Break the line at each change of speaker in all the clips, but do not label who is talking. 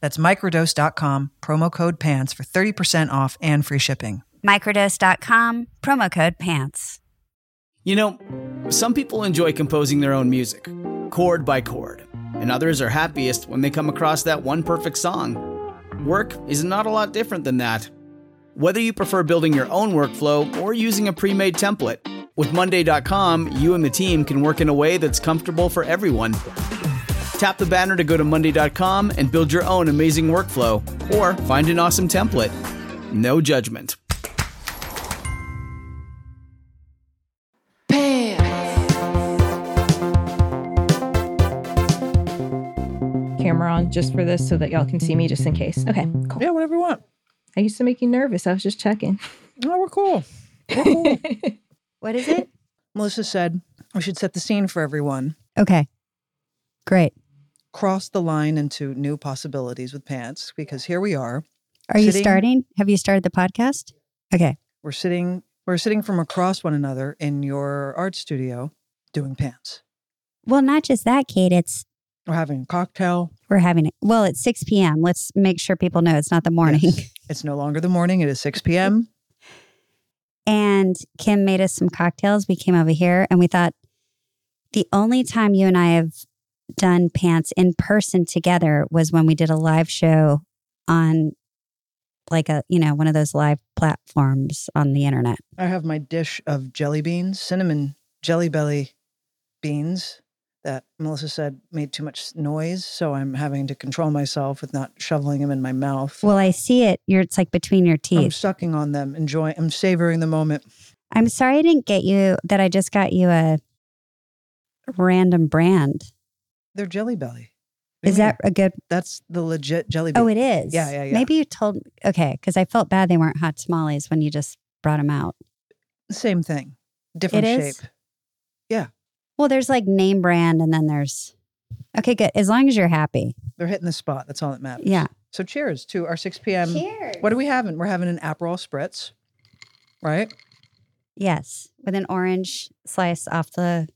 That's microdose.com, promo code PANTS for 30% off and free shipping.
Microdose.com, promo code PANTS.
You know, some people enjoy composing their own music, chord by chord, and others are happiest when they come across that one perfect song. Work is not a lot different than that. Whether you prefer building your own workflow or using a pre made template, with Monday.com, you and the team can work in a way that's comfortable for everyone. Tap the banner to go to Monday.com and build your own amazing workflow or find an awesome template. No judgment.
camera on just for this so that y'all can see me just in case. Okay, cool.
Yeah, whatever you want.
I used to make you nervous. I was just checking.
No, we're cool. We're cool.
What is it?
Melissa said we should set the scene for everyone.
Okay. Great.
Cross the line into new possibilities with pants because here we are.
Are you
Sitting-
starting? Have you started the podcast? Okay.
We're sitting we're sitting from across one another in your art studio doing pants.
Well, not just that, Kate. It's
We're having a cocktail.
we're having it. Well, it's 6 p.m. Let's make sure people know it's not the morning.
Yes. It's no longer the morning. It is 6 p.m.
And Kim made us some cocktails. We came over here and we thought the only time you and I have done pants in person together was when we did a live show on like a, you know, one of those live platforms on the internet.
I have my dish of jelly beans, cinnamon jelly belly beans that Melissa said made too much noise. So I'm having to control myself with not shoveling them in my mouth.
Well, I see it. You're it's like between your
I'm
teeth.
sucking on them, enjoying, I'm savoring the moment.
I'm sorry I didn't get you that I just got you a random brand.
They're jelly belly. What do you
Is
mean?
that a good
that's the legit jelly bean?
Oh, it is.
Yeah, yeah, yeah.
Maybe you told okay, because I felt bad they weren't hot tamales when you just brought them out.
Same thing, different
It
shape.
is? Well, there's like name brand, and then there's okay, good. As long as you're happy,
They're hitting the spot. That's all that matters.
yeah.
So cheers to our 6 p.m.
Cheers.
Um, What are we having? We're having an Aperol spritz, right?
Yes, with an orange slice off the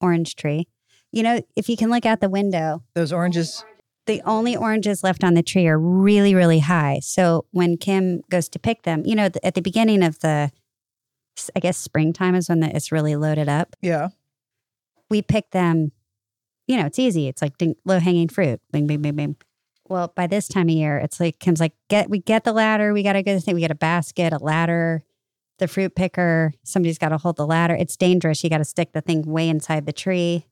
orange tree. You know, if you can look out the window,
Those oranges.
the only oranges left on the tree are really, really high. So when Kim goes to pick them, you know, th- at the beginning of the, I guess springtime is when the, it's really loaded up.
Yeah.
we pick them. You know, it's easy. It's like ding, low hanging fruit. Bing, bing, bing, bing. Well, by this time of year, it's like Kim's like, get we get the ladder. We got to go to thing. We get a basket, a ladder, the fruit picker. Somebody's got to hold the ladder. It's dangerous. You got to stick the thing way inside the tree.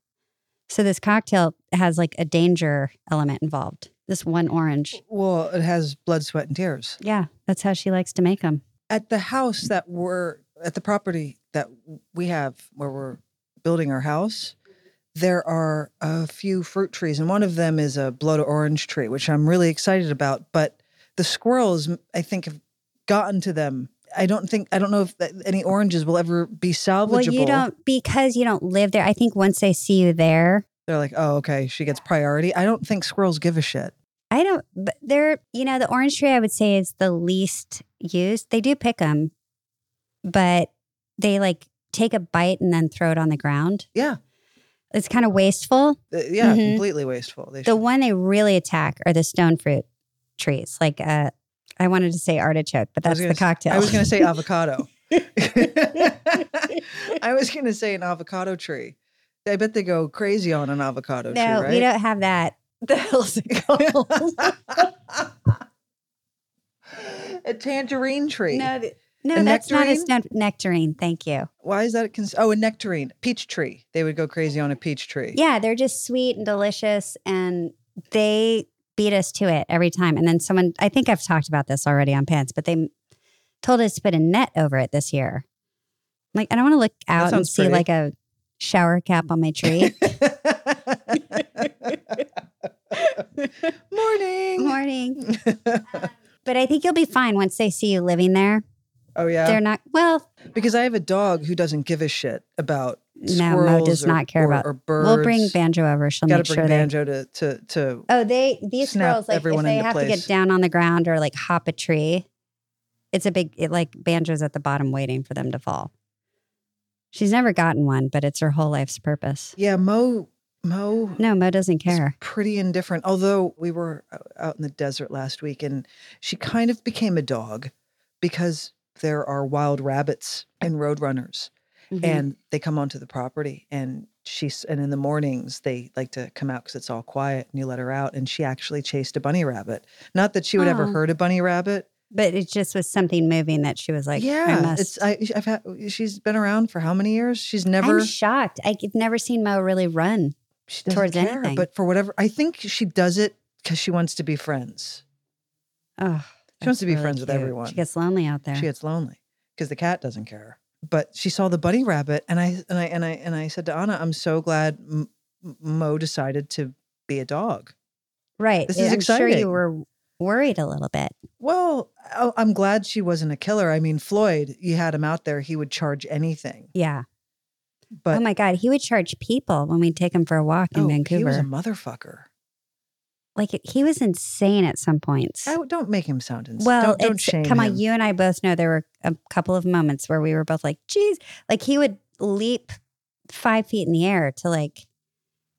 So this cocktail has like a danger element involved. This one orange.
Well, it has blood, sweat, and tears.
Yeah, that's how she likes to make them.
at the house that we're at the property that we have where we're building our house there are a few fruit trees and one of them is a blood orange tree which i'm really excited about but the squirrels i think have gotten to them i don't think i don't know if that, any oranges will ever be salvageable
Well, you don't because you don't live there. I think once they see you there,
they're like oh okay she gets priority i don't think squirrels give a shit
I don't, but they're, you know, the orange tree I would say is the least used. They do pick them, but they like take a bite and then throw it on the ground.
yeah
It's kind of wasteful.
Uh, yeah
Mhm.
completely wasteful they
The
should.
one they really attack are the stone fruit trees. Like, uh, I wanted to say artichoke, but
I was
that's the
gonna s-
cocktail.
I was going to say avocado. I was going to say an avocado tree. I bet they go crazy on an avocado
no,
tree, right?
we don't have that. The hell's it called?
a tangerine tree.
no, the, No,
A
that's not a
nectarine?
snow nectarine. Thank you.
Why is that? A cons- oh, a nectarine, peach tree. They would go crazy on a peach tree.
Yeah, they're just sweet and delicious, and they beat us to it every time. And then someone, I think I've talked about this already on Pants, but they told us to put a net over it this year. I'm like, I don't want to look out and
sounds
see
pretty.
like a shower cap on my tree.
Morning.
Morning. But I think you'll be fine once they see you living there.
oh yeah.
They're not, well,
Because I have a dog who doesn't give a shit about
No, Mo
squirrels
does
or-
not care
or-
about-
or birds.
we'll bring Banjo over. She'll
Got to
make
bring
sure they
banjo to to to.
Oh, they these
snap
squirrels like if
everyone
they
into
have to
place.
get down on the ground or like hop a tree, it's a big it like banjos at the bottom waiting for them to fall. She's never gotten one, but it's her whole life's purpose.
Yeah, Mo Mo
No, Mo doesn't
is
care.
pretty indifferent. Although we were o- out in the desert last week, and she kind of became a dog because there are wild rabbits and roadrunners
Mm-hmm.
and they come onto the property and she's and in the mornings they like to come out because it's all quiet and you let her out and she actually chased a bunny rabbit not that she would ever
Oh.
hurt a bunny rabbit
but it just was something moving that she was like,
yeah
I must.
it's I, i've had she's been around for how many years she's never
I'm shocked. I've never seen Mo really run.
she doesn't
towards
care,
anything.
but for whatever i think she does it because she wants to be friends
Oh,
She wants
that's
to be friends with
cute.
everyone.
She gets lonely out there.
she gets lonely because the cat doesn't care but she saw the bunny rabbit and i and i and i and i said to anna i'm so glad M- M- mo decided to be a dog
right.
this
I'm
is
sure
exciting.
you were worried a little bit.
Well, I- I'm glad she wasn't a killer. I mean, Floyd, you had him out there, he would charge anything.
Yeah.
But
oh my God. He would charge people when we'd take him for a walk in
Oh,
Vancouver.
he was a motherfucker.
like it- he was insane at some points.
I, don't make him sound insane.
well,
don't, don't
it's-
shame
come
him.
on, you and I both know there were a couple of moments where we were both like, "Geez," like he would leap five feet in the air to like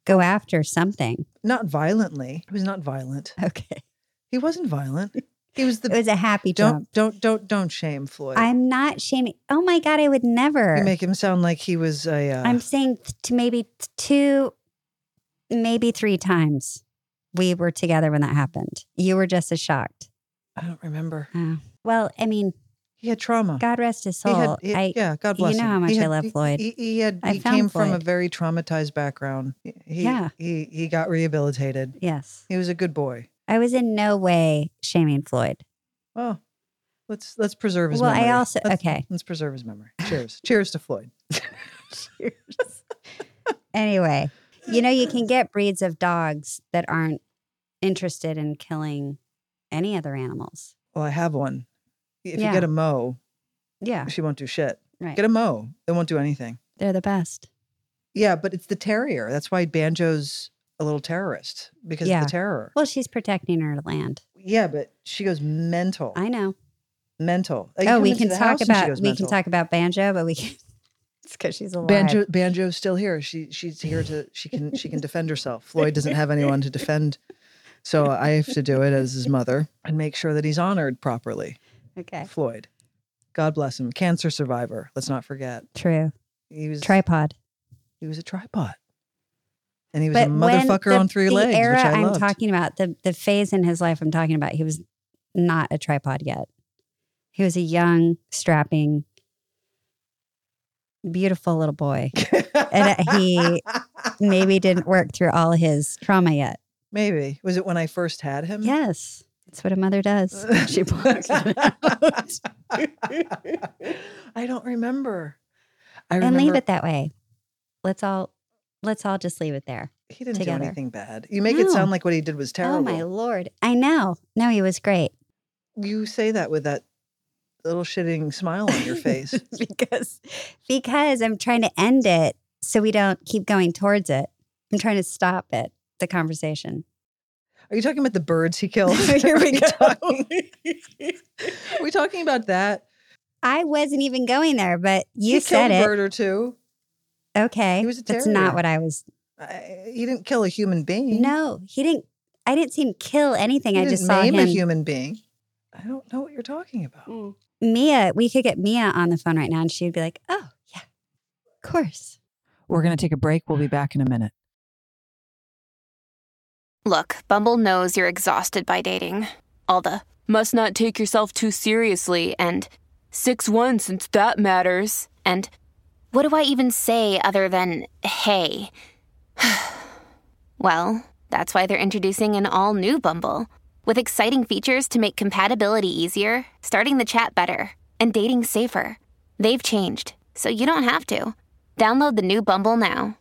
go after something.
Not violently. He was not violent.
Okay,
He wasn't violent. He was
it
the.
was a happy jump.
don't don't don't don't shame Floyd.
I'm not shaming. Oh my god, I would
you
never.
make him sound like he was a. Uh,
I'm saying th- to maybe t- two, maybe three times we were together when that happened. You were just as shocked.
I don't remember.
Oh. Well, I mean,
He had trauma.
God rest his
Ah. he
soul.
had, he-
I
yeah, God
you
bless
know
him.
how much
he
I
had,
love
he-
Floyd.
He, he had
I
he
found
came from a
Floyd.
very traumatized background. He, he-
Yeah.
he he got rehabilitated.
yes.
He was a good boy.
I was in no way shaming Floyd.
Well, Oh, let's let's preserve his
Well,
memory.
I also
let's,
okay.
Let's preserve his memory. Cheers. Cheers to Floyd.
Anyway, you know you can get breeds of dogs that aren't interested in killing any other animals.
Well, I have one. If
Yeah.
you get a mo,
Yeah,
she won't do shit.
right.
Get a mo, they won't do anything.
They're the best.
Yeah, but it's the terrier. That's why Banjo's a little terrorist because
Yeah.
of the terror.
Well, she's protecting her land.
Yeah, but she goes mental.
I know.
mental. Like, you
oh,
come
we
into
can
the
talk
house and she
about we
goes mental.
can talk about banjo, but we can. it's because she's alive.
Banjo Banjo's still here. She she's here to she can she can defend herself. Floyd doesn't have anyone to defend. So I have to do it as his mother and make sure that he's honored properly.
Okay.
Floyd. God bless him. Cancer survivor. Let's not forget.
True.
He was
Tripod.
he was a tripod. And he was
but
a
when
motherfucker
the-
on three
the
legs,
era
which I
I'm
loved.
talking about the the phase in his life I'm talking about, he was not a tripod yet. He was a young, strapping, beautiful little boy, and uh, he maybe didn't work through all his trauma yet.
Maybe. Was it when I first had him? Uh,
Yes, that's what a mother does. She blocks it out
I don't remember. I
and
remember
leave it that way. Let's all let's all just leave it there.
he didn't
together.
do anything bad. You make it sound
No.
like what he did was terrible.
Oh my lord! I know. No, he was great.
You say that with that little shitting smile on your face.
because because I'm trying to end it so we don't keep going towards it. I'm trying to stop it, the conversation.
Are you talking about the birds he killed?
Here
Are
we
you
go.
talking- Are we talking about that?
I wasn't even going there, but you
he
said
killed a
it.
bird or two.
Okay.
He was a
That's not
terrier.
what I was.
I, he didn't kill a human being.
No, he didn't. I didn't see him kill anything.
he
I
didn't
just saw
name
him. Mm.
a human being. I don't know what you're talking about.
Mia, we could get Mia on the phone right now and she'd be like, oh, yeah, of course.
We're going to take a break. We'll be back in a minute.
Look, Bumble knows you're exhausted by dating. All the must not take yourself too seriously and
Six one, since that matters.
And what do I even say other than hey? well, that's why they're introducing an all new Bumble with exciting features to make compatibility easier, starting the chat better, and dating safer. They've changed, so you don't have to. Download the new Bumble now.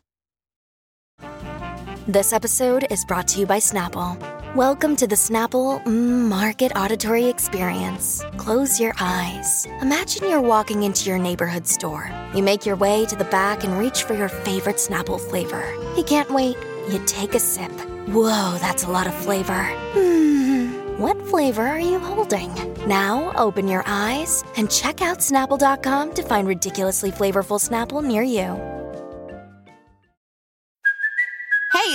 This episode is brought to you by Snapple. Welcome to the Snapple mm, Market Auditory Experience. Close your eyes. Imagine you're walking into your neighborhood store. You make your way to the back and reach for your favorite Snapple flavor. You can't wait. You take a sip. Whoa, that's a lot of flavor. Mm, what flavor are you holding? Now open your eyes and check out snapple.com to find ridiculously flavorful Snapple near you.
Hey,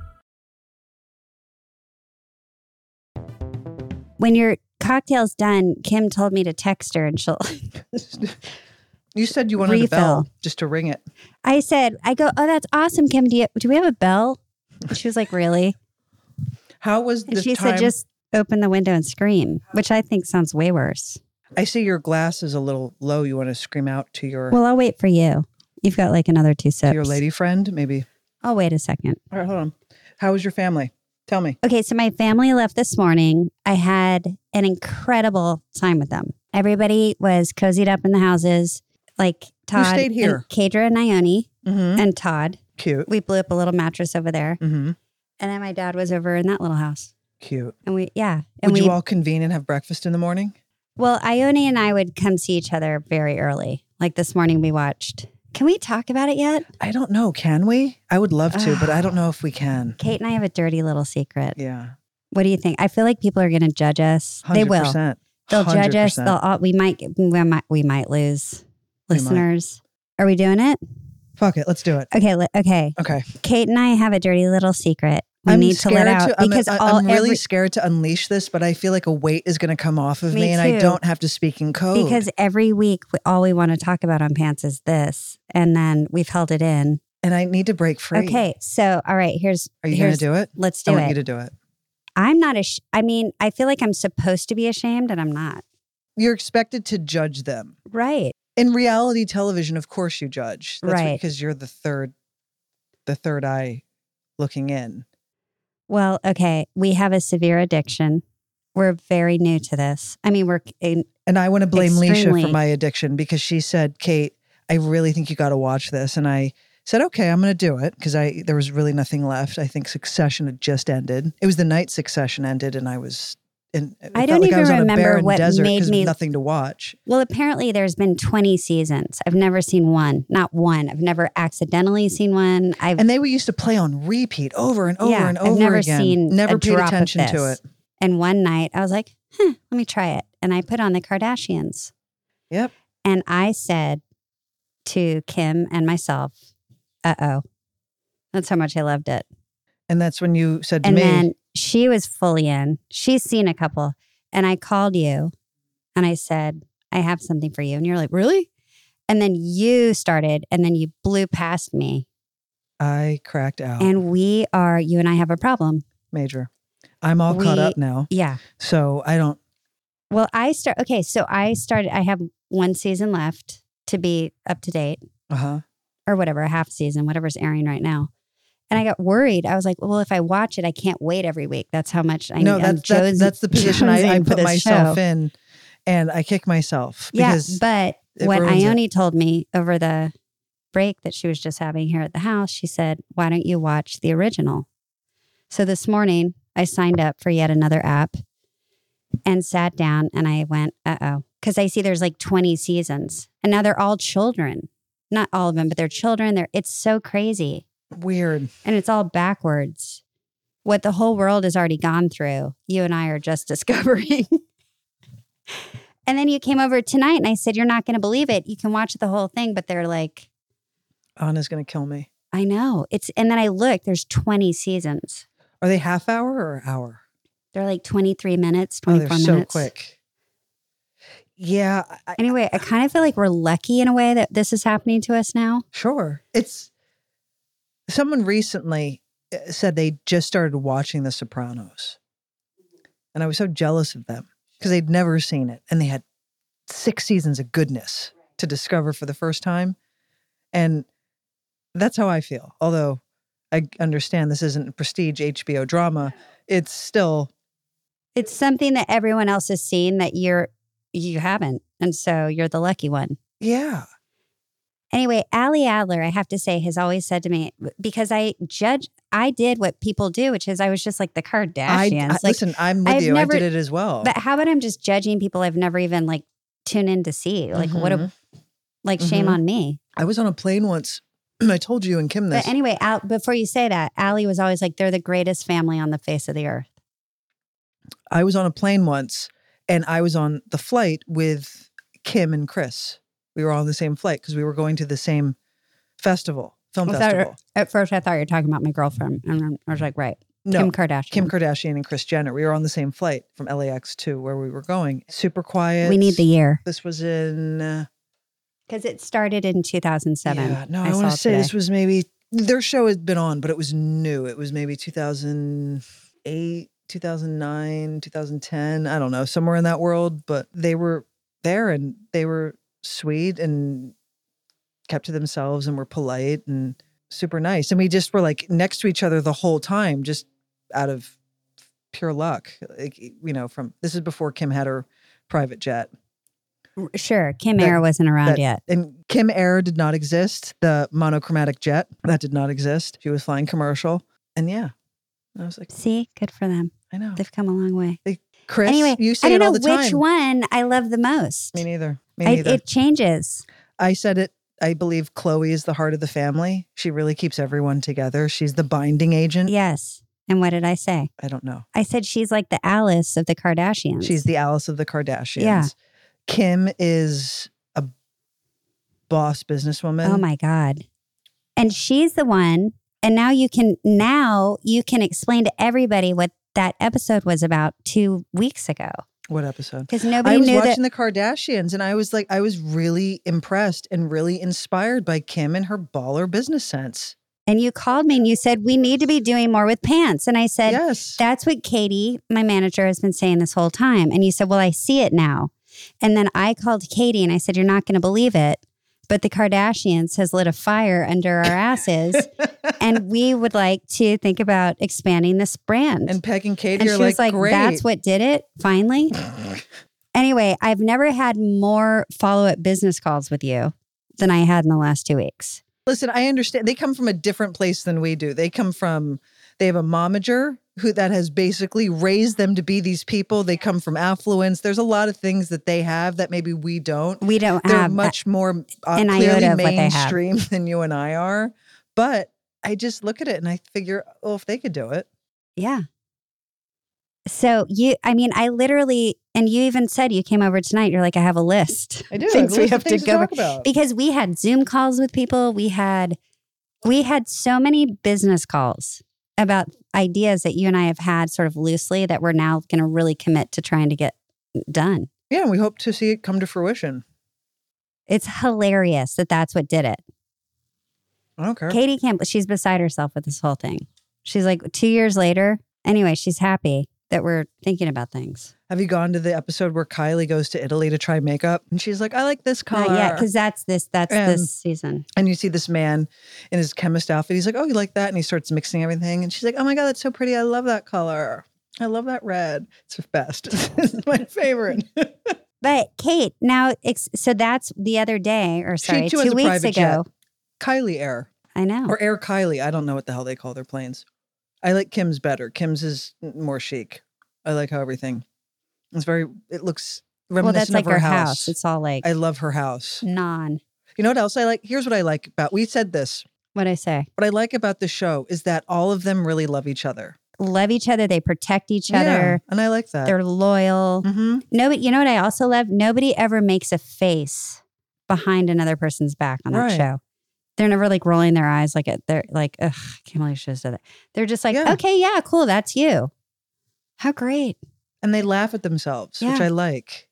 When your cocktail's done, Kim told me to text her and she'll.
You said you wanted a bell
Refill.
just to ring it.
I said, I go, oh, that's awesome, Kim. Do, you, do we have a bell? And she was like, really?
How was
And
this
she
time?
said, just open the window and scream, which I think sounds way worse.
I see your glass is a little low. You want to scream out to your
Well, I'll wait for you. You've got like another two
to
sips.
your lady friend, maybe.
I'll wait a second.
All right, hold on. How was your family? Tell me.
Okay, so my family left this morning. I had an incredible time with them. Everybody was cozied up in the houses, like Todd,
stayed here?
And Kadra and Ione,
Mm-hmm.
and Todd.
Cute.
We blew up a little mattress over there,
Mm-hmm.
and then my dad was over in that little house,
Cute.
and we yeah, and
Would
we
you all convene and have breakfast in the morning?
well, Ione and I would come see each other very early. Like this morning, we watched. Can we talk about it yet?
I don't know. Can we? I would love to, but I don't
Ah.
know if we can.
Kate and I have a dirty little secret.
Yeah.
What do you think? I feel like people are going to judge us. They will.
100%.
They'll judge us.
100%.
They'll all, we might we might we might lose
We might.
listeners. Are we doing it?
Fuck it. Let's do it.
Okay, li- okay.
Okay.
Kate and I have a dirty little secret. We need to let out
I'm,
because
I-
all
I'm really
every-
scared to unleash this, but I feel like a weight is going to come off of me,
Me
and I
too.
don't have to speak in code.
because every week we, all we want to talk about on pants is this, and then we've held it in.
and I need to break free.
Okay, so all right, here's
Are you going to
here's,
do it?
Let's
I
do
want you
it.
to do it.
I'm not ash- I mean, I feel like I'm supposed to be ashamed, and I'm not.
You're expected to judge them.
Right.
In reality television, of course you judge. That's
Right.
because you're the third the third eye looking in.
Well, okay. We have a severe addiction. We're very new to this. I mean, we're in,
And I want to blame Leisha for
Extremely.
my addiction because she said, Kate, I really think you got to watch this. And I said, okay, I'm going to do it because I there was really nothing left. I think Succession had just ended. It was the night Succession ended, and I was. And it
I don't
felt like I
even
was on a
remember
barren
what
desert
made
'cause
me-
nothing to watch.
Well, apparently there's been 20 seasons. I've never seen one, not one. I've never accidentally seen one. I've
And they were used to play on repeat over and over
yeah,
and
I've
over
never
again.
seen
never
a
paid
drop of
attention to
this.
it.
And one night I was like, huh, let me try it. And I put on the Kardashians.
Yep.
And I said to Kim and myself, uh oh. That's how much I loved it.
And that's when you said to
And
me,
then she was fully in. She's seen a couple. And I called you and I said, I have something for you. And you're like, really? And then you started and then you blew past me.
I cracked out,
And we are, you and I have a problem.
Major. I'm all caught
we-
up now.
Yeah.
So I don't,
Well, I start, okay. So I started, I have one season left to be up to date
uh huh.
or whatever, a half season, whatever's airing right now. And I got worried. I was like, well, if I watch it, I can't wait every week. That's how much I
no,
I'm
that's, that's
jones-
that's the position I, I
jonesing for
put
this
myself
show.
in, and I kick myself because
yeah,
it
but what
ruins it.
Ione told me over the break that she was just having here at the house, she said, "Why don't you watch the original?" So this morning, I signed up for yet another app and sat down and I went, "Uh-oh," cuz I see there's like 20 seasons. And now they're all children. Not all of them, but they're children. They're it's so crazy.
weird.
And it's all backwards. What the whole world has already gone through, you and I are just discovering. And then you came over tonight and I said, You're not going to believe it. You can watch the whole thing. But they're like,
Anna's going to kill me.
I know. It's and then I looked, there's 20 seasons.
Are they half hour or hour?
They're like 23 minutes, 24
oh, they're so
minutes.
quick. Yeah. I,
Anyway, I kind of feel like we're lucky in a way that this is happening to us now.
Sure. It's someone recently uh, said they just started watching The Sopranos. And I was so jealous of them because they'd never seen it and they had six seasons of goodness to discover for the first time. And that's how I feel. Although I understand this isn't a prestige HBO drama, it's still
It's something that everyone else has seen that you're you haven't. And so you're the lucky one.
yeah.
Anyway, Ali Adler, I have to say, has always said to me because I judge, I did what people do, which is I was just like the Kardashians.
I, I-
like,
listen, I'm with
I've
you.
never-
I did it as well.
but how about I'm just judging people I've never even like tuned in to see? Like, what a
Mhm.
like shame
Mhm.
on me.
I was on a plane once. I told you and Kim this.
But anyway, Al, before you say that, Allie was always like, they're the greatest family on the face of the earth.
I was on a plane once and I was on the flight with Kim and Chris. We were all on the same flight because we were going to the same festival, film
I thought-
festival.
At first, I thought you were talking about my girlfriend. And I was like, right,
No,
Kim Kardashian.
Kim Kardashian and Chris Jenner. We were on the same flight from LAX to where we were going. Super quiet.
we need the year
This was in. Uh,
because it started in 2007.
Yeah, no, I, want to
saw
say this
today.
was maybe their show had been on, but it was new. It was maybe 2008, 2009, 2010. I don't know, somewhere in that world. But they were there and they were sweet and kept to themselves and were polite and super nice. And we just were like next to each other the whole time, just out of pure luck. Like, you know, from this is before Kim had her private jet.
Sure, Kim
that-
Air wasn't around
that-
yet.
And Kim Air did not exist. The monochromatic jet that did not exist. She was flying commercial, and yeah, I was like,
See, good for them.
I know.
They've come a long way.
Chris,
anyway,
you say
I don't
it all
know
the
which
time.
one I love the most.
Me neither. Me
I,
neither. I,
it changes.
said it. I believe Chloe is the heart of the family. She really keeps everyone together. She's the binding agent.
Yes. And what did I say?
I don't know.
I said she's like the Alice of the Kardashians.
She's the Alice of the Kardashians.
Yeah.
Kim is a boss businesswoman.
Oh my God. And she's the one. And now you can now you can explain to everybody what that episode was about two weeks ago.
What episode?
Because nobody
I was
knew that
watching the Kardashians and I was like, I was really impressed and really inspired by Kim and her baller business sense.
and you called me and you said, We need to be doing more with pants. And I said,
yes.
That's what Katie, my manager, has been saying this whole time. And you said, Well, I see it now. And then I called Katie and I said, You're not going to believe it. But the Kardashians has lit a fire under our asses. and we would like to think about expanding this brand.
and Peg and Katie
And
are
she
like,
was like,
great.
that's what did it finally. anyway, I've never had more follow up business calls with you than I had in the last two weeks.
Listen, I understand they come from a different place than we do. They come from they have a momager who that has basically raised them to be these people. They come from affluence. There's a lot of things that they have that maybe we don't.
We don't
They're
have
much more uh,
an iota
clearly
of what they have.
mainstream than you and I are. But I just look at it and I figure, well, if they could do it,
Yeah. So you, I mean, I literally, and you even said you came over tonight. You're like, I have a list
I do. I have
Things
a
we
list of
have to
things
go
talk about.
because we had Zoom calls with people. We had, we had so many business calls about ideas that you and I have had sort of loosely that we're now going to really commit to trying to get done.
Yeah, we hope to see it come to fruition.
It's hilarious that that's what did it.
I don't care.
Katie can't, she's beside herself with this whole thing. She's like, two years later. Anyway, she's happy that we're thinking about things.
Have you gone to the episode where Kylie goes to Italy to try makeup and she's like, "I like this color."
Not yet, because that's this, that's
Um,
this season.
and you see this man in his chemist outfit. He's like, "Oh, you like that?" And he starts mixing everything. And she's like, "Oh my god, that's so pretty! I love that color. I love that red. It's the best. it's my favorite."
But Kate, now, ex- so that's the other day, or sorry,
too
two
has a
weeks
private
ago.
jet. Kylie Air
I know.
or Air Kylie. I don't know what the hell they call their planes. I like Kim's better. Kim's is more chic. I like how everything. It's very. It looks
well,
reminiscent
that's like
of her
house.
house.
It's all like
I love her house.
non.
You know what else I like? Here's what I like about we said this.
What I say?
What I like about the show is that all of them really love each other.
love each other. They protect each
Yeah,
other.
and I like that.
They're loyal.
hmm
Nobody, you know what I also love? Nobody ever makes a face behind another person's back on that
Right.
show. They're never like rolling their eyes like it. They're like, ugh, I can't believe she just did that. They're just like,
Yeah.
okay, yeah, cool, that's you. How great.
And they laugh at themselves, which
Yeah.
I like.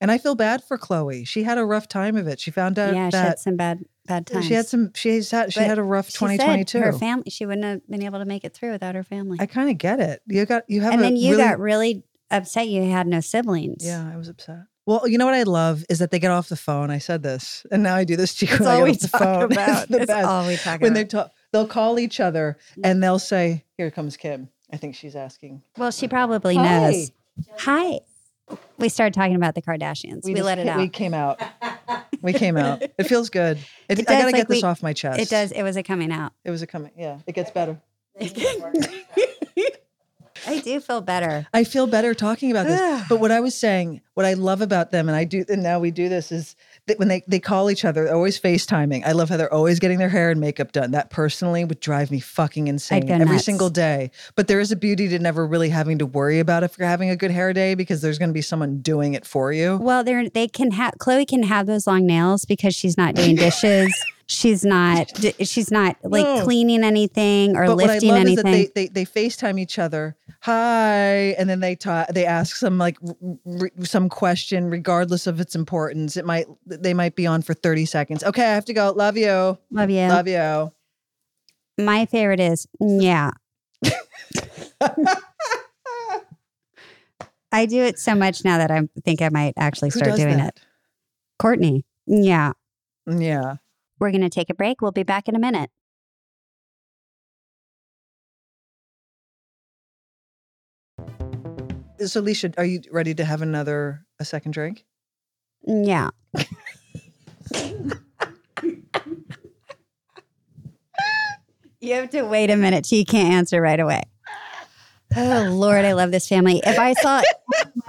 And I feel bad for Chloe. She had a rough time of it. She found out
yeah, she had
that
some bad bad times.
she had some. She's had, she
But
had a rough
She said
2022.
Her family, she wouldn't have been able to make it through without her family.
I kind of get it. You got you have
and
a
then you
really,
got really upset you had no siblings.
Yeah, I was upset. Well, you know what I love is that they get off the phone. I said this, and now I do this to you.
That's
when I
all
get
we
off the
talk
phone. It's
about.
the
That's
best.
all we talk
when
about.
they talk, they'll call each other
Mm.
and they'll say, "Here comes Kim." I think she's asking.
Well, she probably
Hi.
knows. Hi. We started talking about the Kardashians. We,
just
let it
ca-
out.
We came out. we came out. It feels good. It,
It
I
does,
gotta
like,
get this
we-
off my chest.
it does. It was a coming out.
It was a coming. Yeah, it gets better.
I do feel better.
I feel better talking about this. but what I was saying, what I love about them, and I do, and now we do this is that when they they call each other, they're always FaceTiming. I love how they're always getting their hair and makeup done. That personally would drive me fucking insane
go
every
nuts.
single day. But there is a beauty to never really having to worry about if you're having a good hair day because there's going to be someone doing it for you.
Well, they're they can have Chloe can have those long nails because she's not doing dishes. she's not d- she's not like
No.
cleaning anything or
But what I
lifting
love is that
anything.
they, they they FaceTime each other, hi, and then they ta- they ask some like r- r- some question, regardless of its importance. It might they might be on for thirty seconds. Okay, I have to go. Love you.
Love you.
Love you.
My favorite is yeah. I do it so much now that I think I might actually
Who
start
does
doing
that? Mm,
it. Courtney. Yeah.
Yeah.
We're going to take a break. We'll be back in a minute.
So, Alicia, are you ready to have another a second drink?
Yeah. you have to wait a minute. till You can't answer right away. Oh Lord, I love this family. If I saw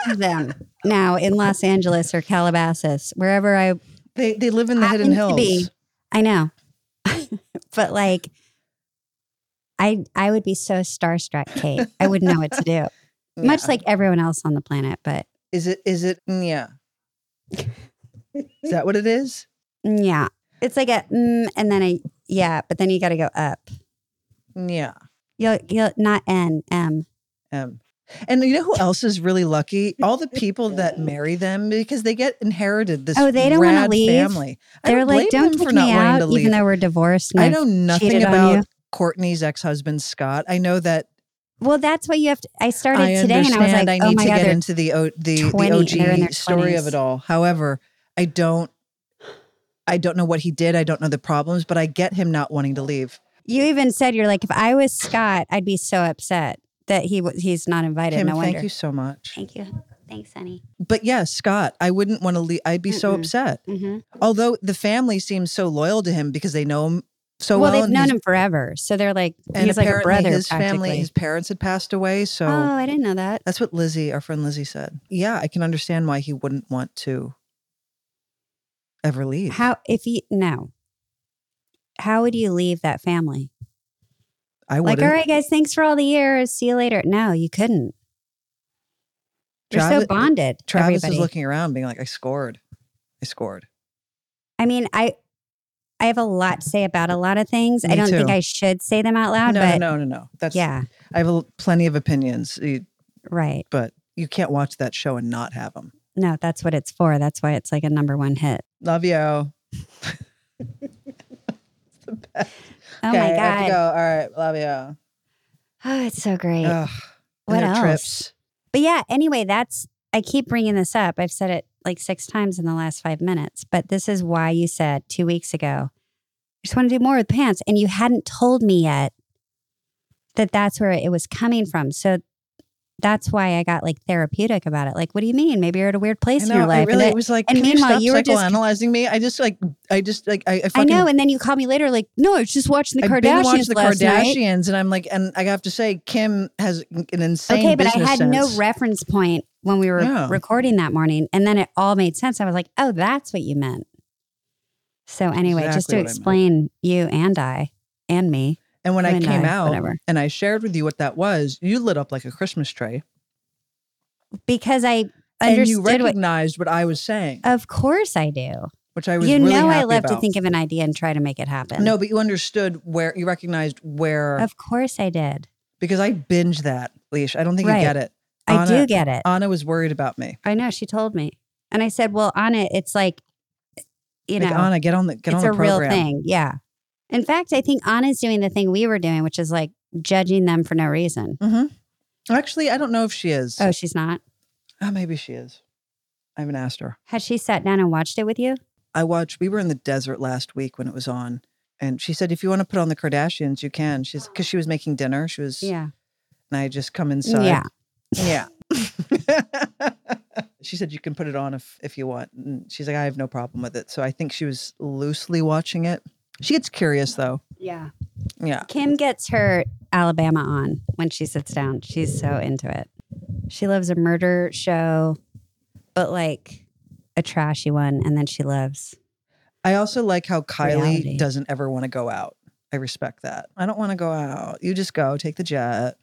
one of them now in Los Angeles or Calabasas, wherever I
They they live in the hidden
happen to
hills.
be, I know. but like I I would be so starstruck, Kate. I wouldn't know what to do. Much
Yeah.
like everyone else on the planet, but
is it is it mm, yeah? is that what it is?
yeah. It's like a mm, and then a yeah, but then you got to go up.
Mm, Yeah.
You'll you'll not N M.
Um, and you know who else is really lucky? All the people that marry them because they get inherited this.
Oh, they don't wanna
rad
leave?
Family. I
They're like,
blame
don't
them
kick
for
me
not wanting
out,
to
even
leave.
though we're divorced. And
I
I've
know nothing
cheated on you.
about Courtney's ex-husband Scott. I know that
Well, that's what you have to. I started
I
today, and I was like,
understand. I
oh
need
my
to
god,
get
they're-
into the o-
20
the,
and they're in
the
their
OG story of
20s.
it all. However, I don't. I don't know what he did. I don't know the problems, but I get him not wanting to leave.
you even said you're like, if I was Scott, I'd be so upset that he was he's not invited.
Kim,
no
thank
wonder.
you so much.
Thank you. Thanks, honey.
But yes, Scott, I wouldn't want to leave. I'd be so
Mm-mm.
upset.
hmm
Although the family seems so loyal to him because they know him so well.
well, they've
and
known
he's-
him forever, so they're like
and
he's like a
apparently
brother.
his family,
practically.
his parents had passed away. So
oh, I didn't know that.
that's what Lizzie, our friend Lizzie, said. Yeah, I can understand why he wouldn't want to ever leave.
How if he no. How would you leave that family?
I
Like,
wouldn't.
all right, guys, thanks for all the years. See you later. No, you couldn't. You're so
Travis-
bonded.
Travis
everybody.
is looking around, being like, "I scored, I scored."
I mean, I I have a lot to say about a lot of things.
Me
I don't think
too.
I should say them out loud,
no,
but
no, no, no, no. That's
yeah,
I have a, l- plenty of opinions, you-
right.
but you can't watch that show and not have them.
No, that's what it's for. That's why it's like a number one hit.
Love you. Oh
Oh
okay,
my
I have to go.
god.
All right, love you.
Oh, it's so great.
Ugh. And
What
their
else?
Uh, Trips.
But yeah, anyway, that's I keep bringing this up. I've said it like six times in the last five minutes, but this is why you said two weeks ago, I just want to do more with pants. And you hadn't told me yet that that's where it was coming from. So that's why I got like therapeutic about it. Like, what do you mean? Maybe you're at a weird place
I
in
know,
your
I
life. And
really
that-
was like,
and
can you
meanwhile,
stop
you were just-
psychoanalyzing me? I just like, I just like, I, I
I
fucking.
know. And then you called me later, like, no, it's just watching the
I've been watching
Kardashians
the
last night.
Kardashians, and I'm like, and I have to say, Kim has an insane.
Okay, but I
business
had no
sense.
reference point when we were
Yeah.
recording that morning, and then it all made sense. I was like, "Oh, that's what you meant." So anyway, just
Exactly
to
what I meant.
explain you and I and me,
And when I
Knife,
came out
whatever.
and I shared with you what that was, you lit up like a Christmas tree.
because I
And you
understood what.
recognized what, I was saying,
Of course, I do.
which I was
You
really
know, I
happy
love to
about.
think of an idea and try to make it happen.
No, but you understood where you recognized where
of course I did.
because I binge that leash. I don't think
Right.
you get it.
I do
Anna-
get it.
Anna was worried about me.
I know she told me, and I said, "Well, on it, it's like, you
like,
know,
Anna, get on the get
it's
on
a
the program.
real thing." Yeah. In fact, I think Anna's doing the thing we were doing, which is like judging them for no reason.
Actually, I don't know if she is.
Oh, she's not.
Oh, maybe she is. I haven't asked her.
Had she sat down and watched it with you?
I watched. We were in the desert last week when it was on, and she said, "If you want to put on the Kardashians, you can." She's because she was making dinner. She was,
Yeah.
and I just come inside.
Yeah.
yeah. she said you can put it on if if you want. And she's like, I have no problem with it. So I think she was loosely watching it. She gets curious though.
Yeah.
Yeah.
Kim gets her Alabama on when she sits down. She's so into it. She loves a murder show, but like a trashy one. And then she loves
I also like how Kylie
Reality.
doesn't ever want to go out. I respect that. I don't want to go out. You just go, take the jet.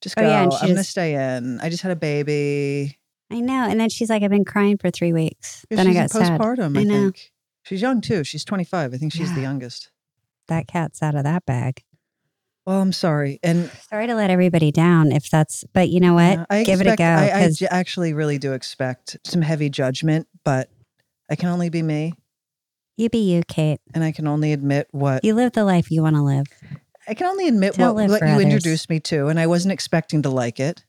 Just
Oh,
go.
yeah,
I'm
and she
going to
just-
stay in. I just had a baby.
I know. And then she's like, I've been crying for three weeks.
Yeah,
then I
she's
got
in
sad.
postpartum, I,
I know.
think. She's young too. She's 25. I think she's the
Yeah.
youngest.
That cat's out of that bag.
Well, I'm sorry. And
Sorry to let everybody down if that's, but you know what?
uh, I
Give
expect,
it a go.
I, I
'cause-
j- actually really do expect some heavy judgment, but I can only be me
You be you, Kate.
and I can only admit what
You live the life you want to live.
I can only admit
Don't
what,
live
what
for
you
others.
introduced me to, and I wasn't expecting to like it.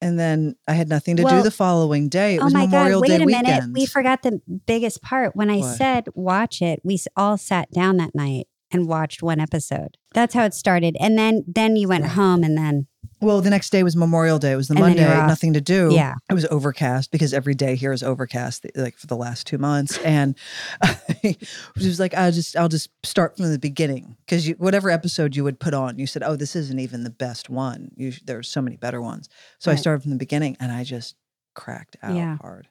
And then I had nothing to do
Well-
the following day. It
oh
was
my
Memorial
God!
Day
Wait a
weekend.
minute. We forgot the biggest part. When I
What?
said watch it, we s- all sat down that night and watched one episode. That's how it started. And then then you went home, and then
well, the next day was Memorial Day. It was the
And then
Monday.
you're off.
Nothing to do.
Yeah.
it was overcast because every day here is overcast, like for the last two months. And I was like, I just, I'll just start from the beginning because whatever episode you would put on, you said, oh, this isn't even the best one. You, sh- there's so many better ones. So I
Right.
started from the beginning, and I just cracked out
Yeah.
hard.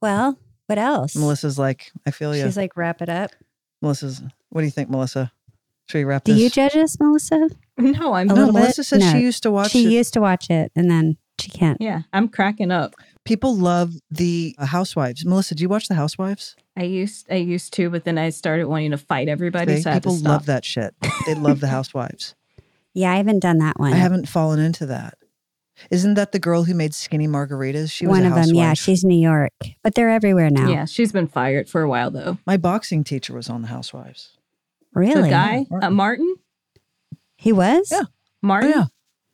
well, what else?
Melissa's like, I feel you.
She's like, wrap it up.
Melissa's. What do you think, Melissa? Should we wrap
Do
this?
you judge us, Melissa?
No, I'm
a
no,
little
Melissa
bit?
said
No.
she used to watch
she
it.
used to watch it, and then she can't.
yeah, I'm cracking up.
People love the uh, Housewives. Melissa, do you watch the Housewives?
I used I used to, but then I started wanting to fight everybody.
They-
so I had to
people
stop.
love that shit. They love the Housewives.
Yeah, I haven't done that one.
I haven't fallen into that. Isn't that the girl who made skinny margaritas? She was
one
a
of them. Yeah,
housewife.
she's New York, but they're everywhere now.
Yeah, she's been fired for a while though.
My boxing teacher was on the Housewives.
Really?
The guy,
Martin.
uh, Martin, Oh,
He was?
Yeah.
Martin.
Oh, yeah,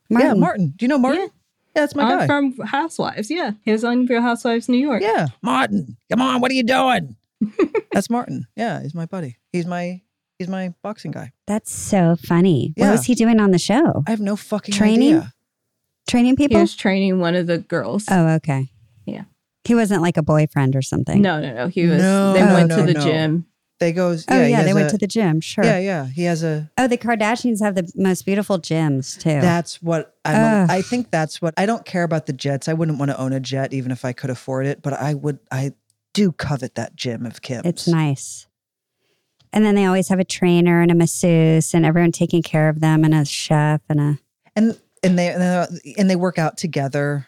Martin. Oh,
yeah, Martin. Do you know Martin?
Yeah.
Yeah, that's my
Uh,
guy.
from Housewives. Yeah, he was on Real Housewives New York.
Yeah, Martin. Come on, what are you doing? that's Martin. Yeah, he's my buddy. He's my he's my boxing guy.
That's so funny.
Yeah.
What was he doing on the show?
I have no fucking
Training?
idea.
Training
he
people?
was training one of the girls.
oh, okay.
Yeah.
He wasn't like a boyfriend or something.
no, no, no. He was.
No,
they
no,
went
no,
to the
no.
gym.
They goes.
Oh,
yeah,
yeah.
he has
they went
a-
to the gym. Sure.
Yeah, yeah. He has a.
Oh, the Kardashians have the most beautiful gyms too.
That's what I'm.
Ugh.
I think that's what I don't care about the jets. I wouldn't want to own a jet even if I could afford it. But I would. I do covet that gym of Kim's.
it's nice. And then they always have a trainer and a masseuse and everyone taking care of them and a chef and a.
And and they and they- and they work out together.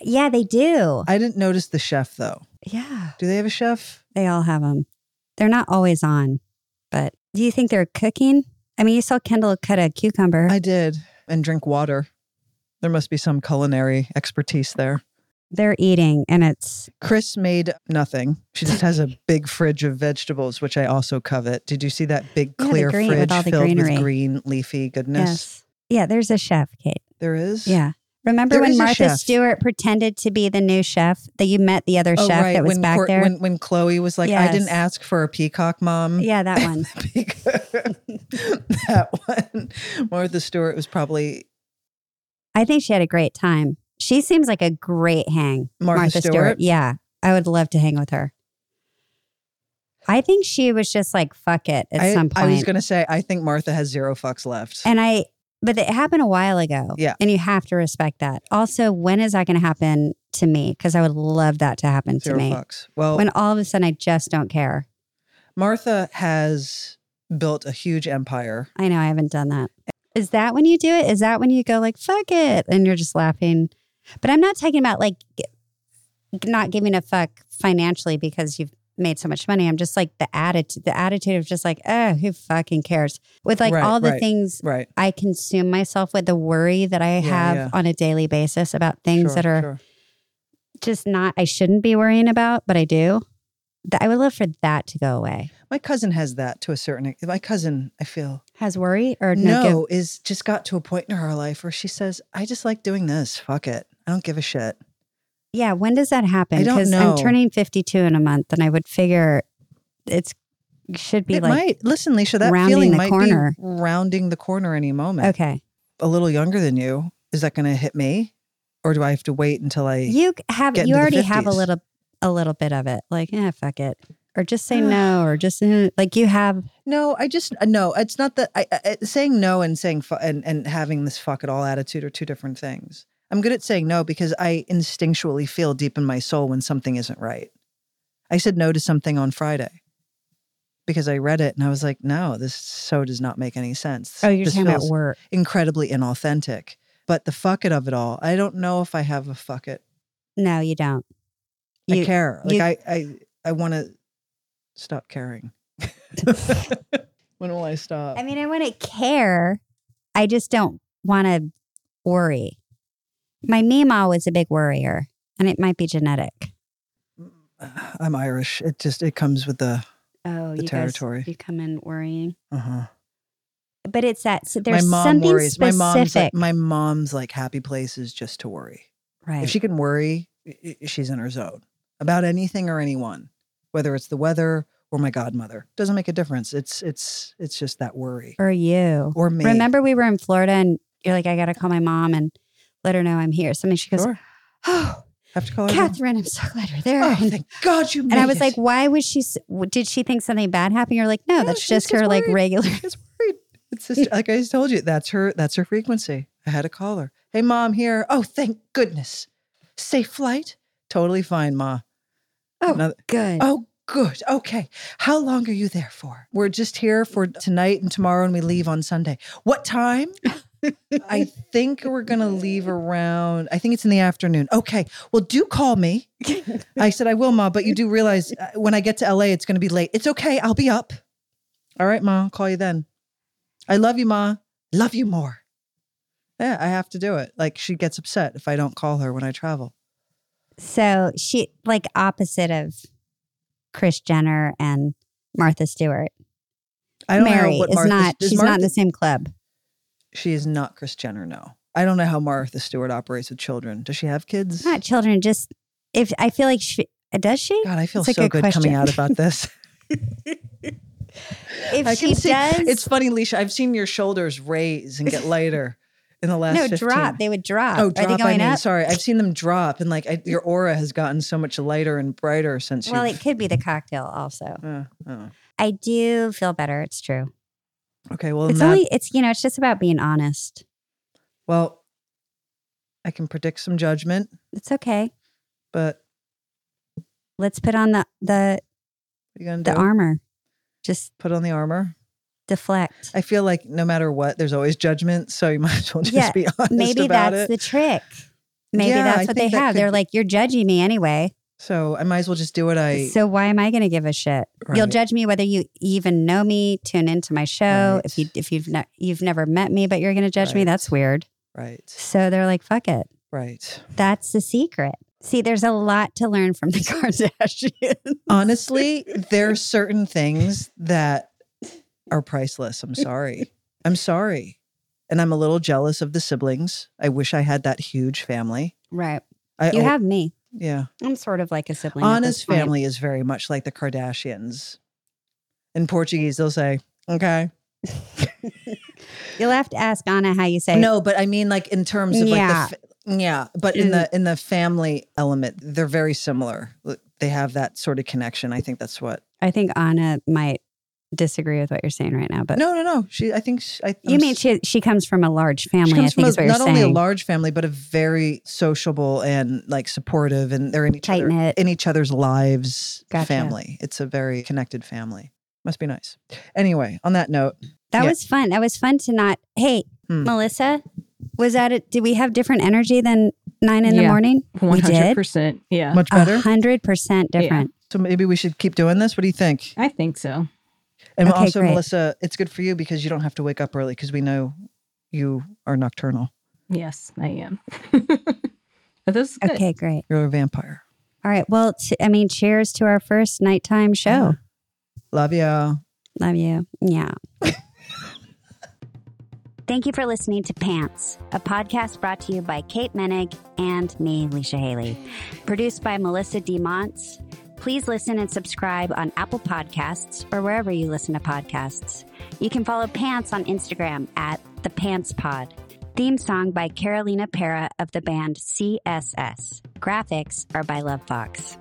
Yeah, they do.
I didn't notice the chef though.
Yeah.
Do they have a chef?
They all have them. They're not always on, but do you think they're cooking? I mean, you saw Kendall cut a cucumber.
I did. And drink water. There must be some culinary expertise there.
they're eating and it's
Chris made nothing. She just has a big fridge of vegetables, which I also covet. Did you see that big
Yeah, the
clear
green- with
fridge
all the
filled
greenery.
with green leafy goodness?
Yeah, there's a chef, Kate.
There is.
Yeah. Remember
There
when
is a
Martha
chef.
Stewart pretended to be the new chef that you met the other chef that was
Oh, when
back
Cor-
there?
When, um, when Chloe was like, I didn't
Yes.
ask for a peacock, mom.
yeah, that one.
that one. Martha Stewart was probably
I think she had a great time. She seems like a great hang.
Martha Stewart?
Yeah. I would love to hang with her. I think she was just like, fuck it at
I,
some point.
I was gonna say, I think Martha has zero fucks left.
And I, but it happened a while ago.
Yeah.
And you have to respect that. Also, when is that going to happen to me? Because I would love that to happen
zero Oh.
to me.
fucks. Well
When all of a sudden I just don't care.
Martha has built a huge empire.
I know I haven't done that. Is that when you do it? Is that when you go like fuck it and you're just laughing? But I'm not talking about like g- not giving a fuck financially because you've made so much money. I'm just like the attitude the attitude of just like, "Oh, who fucking cares?" With like
Right,
all the
right,
things
Right.
I consume myself with the worry that I have
yeah.
on a daily basis about things
Sure,
that are
sure.
just not I shouldn't be worrying about, but I do. Th- I would love for that to go away.
My cousin has that to a certain ex- My cousin, I feel,
Has worry or no? give-
no, is just got to a point in her life where she says, I just like doing this. Fuck it. I don't give a shit.
yeah, when does that happen?
I don't know.
I'm turning 52 in a month and I would figure it's should be
it
like
might. Listen, Leisha, that
rounding
feeling
the
might
corner.
be rounding the corner any moment.
okay.
A little younger than you. Is that going to hit me? Or do I have to wait until I.
You c- have
Get
you
into the
already have a
50s.
little a little bit of it. Like, yeah, fuck it. Or just say no or just eh, like you have
No, I just uh, no. It's not that I, I I- saying no and saying fu- and and having this fuck it all attitude are two different things. I'm good at saying no because I instinctually feel deep in my soul when something isn't right. I said no to something on Friday because I read it and I was like, no, this so does not make any sense.
Oh, you're
This
talking about
feels
work.
incredibly inauthentic. But the fuck it of it all, I don't know if I have a fuck it.
No, you don't. You
I care. Like
you-
I I I want to stop caring. when will I stop?
I mean, I want to care. I just don't want to worry. My mima was a big worrier, and it might be genetic.
I'm Irish. It just it comes with the
Oh,
The you guys- territory.
you come in worrying,
uh-huh.
but it's that so
my
there's
mom
something
worries.
specific,
My mom's like my mom's like happy place is just to worry.
right?
If she can worry, i- i- she's in her zone about anything or anyone, whether it's the weather or my godmother. Doesn't make a difference. It's it's it's just that worry
or you
or me.
remember we were in Florida, and you're like, I gotta call my mom and let her know I'm here. Something she goes,
Sure.
Oh,
have to call her. mom.
Catherine, I'm so glad you're there.
Oh,
and
thank God you. Made
and I was
it.
like, why was she? s- w- Did she think something bad happened? You're like, no,
No,
that's
she's
just
just
her like
worried.
regular.
It's worried. It's just like I just told you. That's her. That's her frequency. I had to call her. Hey, mom, here. Oh, thank goodness. Safe flight. Totally fine, ma.
Oh,
Another-
good.
oh, good. Okay. How long are you there for? We're just here for tonight and tomorrow, and we leave on Sunday. What time? I think we're gonna leave around. I think it's in the afternoon. Okay. Well, do call me. I said I will, ma. But you do realize uh, when I get to LA, it's gonna be late. It's okay. I'll be up. All right, ma. I'll call you then. I love you, ma. Love you more. Yeah, I have to do it. Like she gets upset if I don't call her when I travel.
So she like opposite of Chris Jenner and Martha Stewart.
I don't
Mary
know what
is
Martha,
not.
does
She's not in
Martha-
the same club.
She is not Chris Jenner, no. I don't know how Martha Stewart operates with children. Does she have kids?
Not children. Just if I feel like she does she.
God, I feel
It's a
so
good
good coming
question.
out about this.
If
I
she
can see-
does,
It's funny, Leisha. I've seen your shoulders raise and get lighter in the last
no
15.
drop. They would drop.
Oh,
Are
drop.
they going
I mean,
up?
sorry. I've seen them drop, and like I, your aura has gotten so much lighter and brighter since
Well,
you.
it could be the cocktail. Also,
Uh, oh.
I do feel better. It's true.
Okay. Well,
it's
in that,
only. It's you know. It's just about being honest.
well, I can predict some judgment,
It's okay.
but
Let's put on the the
what are you gonna
the
do?
armor. Just
Put on the armor.
deflect.
I feel like no matter what, there's always judgment. So you might as well just
Yeah,
be honest
Maybe
about
that's
it.
the trick. Maybe
Yeah, I
that's what they
think that
have.
could
They're
be-
like, you're judging me anyway.
So I might as well just do what I.
So why am I going to give a shit? You'll
Right.
judge me whether you even know me, tune into my show.
Right.
If you if you've ne- you've never met me, but you're going to judge me,
Right.
that's weird.
right,
So they're like, fuck it.
right.
That's the secret. See, there's a lot to learn from the Kardashians.
Honestly, there are certain things that are priceless. I'm sorry. I'm sorry. And I'm a little jealous of the siblings. I wish I had that huge family.
Right.
I,
You
oh,
have me.
yeah.
I'm sort of like a sibling. at this
Anna's
point.
family is very much like the Kardashians. In Portuguese, they'll say, okay.
You'll have to ask Anna how you say
No, but I mean, like in terms of
Yeah. Mm.
like the f- yeah, but in the in the family element, they're very similar. Like, They have that sort of connection. I think that's what.
I think Anna might disagree with what you're saying right now, but
no, no, no. She. I think. She, I,
you
I'm
mean
s-
she she comes from a large
she
family, I
comes
think
from
is
a,
what you're
not
saying.
only a large family, but a very sociable and like supportive, and they're in each other,
Tight-knit.
in each other's lives.
Gotcha.
Family. It's a very connected family. Must be nice. Anyway, on that note,
That
Yeah.
was fun. That was fun to not. Hey,
Hmm.
Melissa, was that it? Did we have different energy than nine in the
Yeah.
morning? We
One hundred
did.
percent. Yeah,
much
A
better.
hundred percent different.
So maybe we should keep doing this. What do you think?
I think so.
And
Okay,
also,
great.
Melissa, it's good for you because you don't have to wake up early because we know you are nocturnal.
Yes, I am. This is good.
Okay, great.
You're a vampire.
All right. Well, t- I mean, cheers to our first nighttime show.
Love ya.
Love you. Yeah. Thank you for listening to Pants, a podcast brought to you by Kate Menig and me, Leisha Haley. Produced by Melissa D. Monts. Please listen and subscribe on Apple Podcasts or wherever you listen to podcasts. You can follow Pants on Instagram at The Pants Pod. Theme song by Carolina Para of the band CSS. Graphics are by Love Fox.